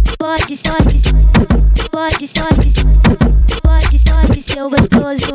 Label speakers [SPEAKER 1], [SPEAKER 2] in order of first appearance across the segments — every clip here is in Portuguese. [SPEAKER 1] pode, pode, pode, pode, pode, pode, seu gostoso.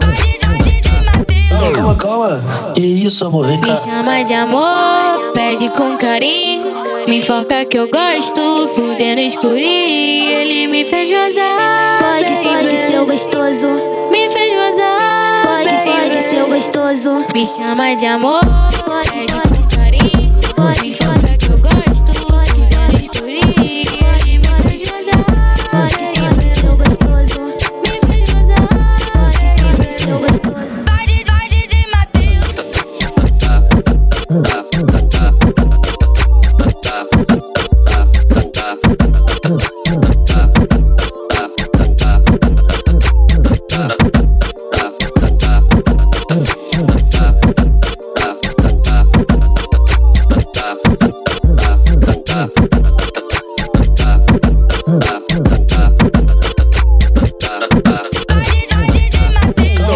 [SPEAKER 2] Calma, calma. E isso, amor? Vem
[SPEAKER 3] Me
[SPEAKER 2] cá.
[SPEAKER 3] chama de amor, pede com carinho. Me foca que eu gosto, fudendo escurinho. Ele me fez gozar.
[SPEAKER 1] Pode, pode,
[SPEAKER 3] baby.
[SPEAKER 1] seu gostoso.
[SPEAKER 3] Me fez gozar.
[SPEAKER 1] Pode,
[SPEAKER 3] baby.
[SPEAKER 1] pode, seu gostoso.
[SPEAKER 3] Me chama de amor,
[SPEAKER 1] Pode,
[SPEAKER 3] pede
[SPEAKER 1] pode,
[SPEAKER 3] com carinho. Me
[SPEAKER 1] pode,
[SPEAKER 3] foca que eu gosto, fudendo escurinho. Ele me fez gozar.
[SPEAKER 1] Pode, pode, seu gostoso.
[SPEAKER 3] Me fez gozar.
[SPEAKER 1] Pode, pode, seu gostoso.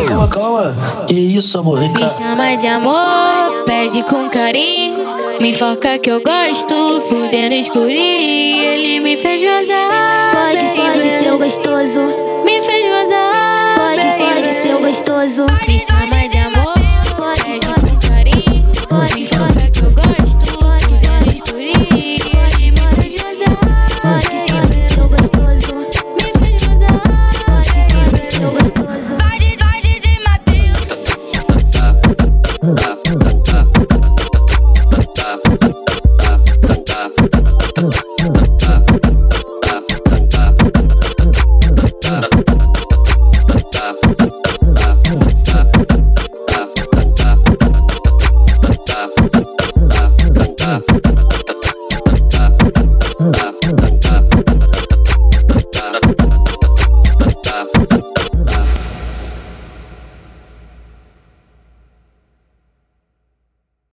[SPEAKER 2] Calma, calma. E isso, é amor? Vem
[SPEAKER 3] Me
[SPEAKER 2] cá.
[SPEAKER 3] chama de amor, pede com carinho. Me foca que eu gosto, fudendo escurinho. Ele me fez gozar.
[SPEAKER 1] Pode, pode, seu gostoso.
[SPEAKER 3] Me fez gozar.
[SPEAKER 1] Pode,
[SPEAKER 3] baby.
[SPEAKER 1] pode, seu gostoso.
[SPEAKER 3] Me chama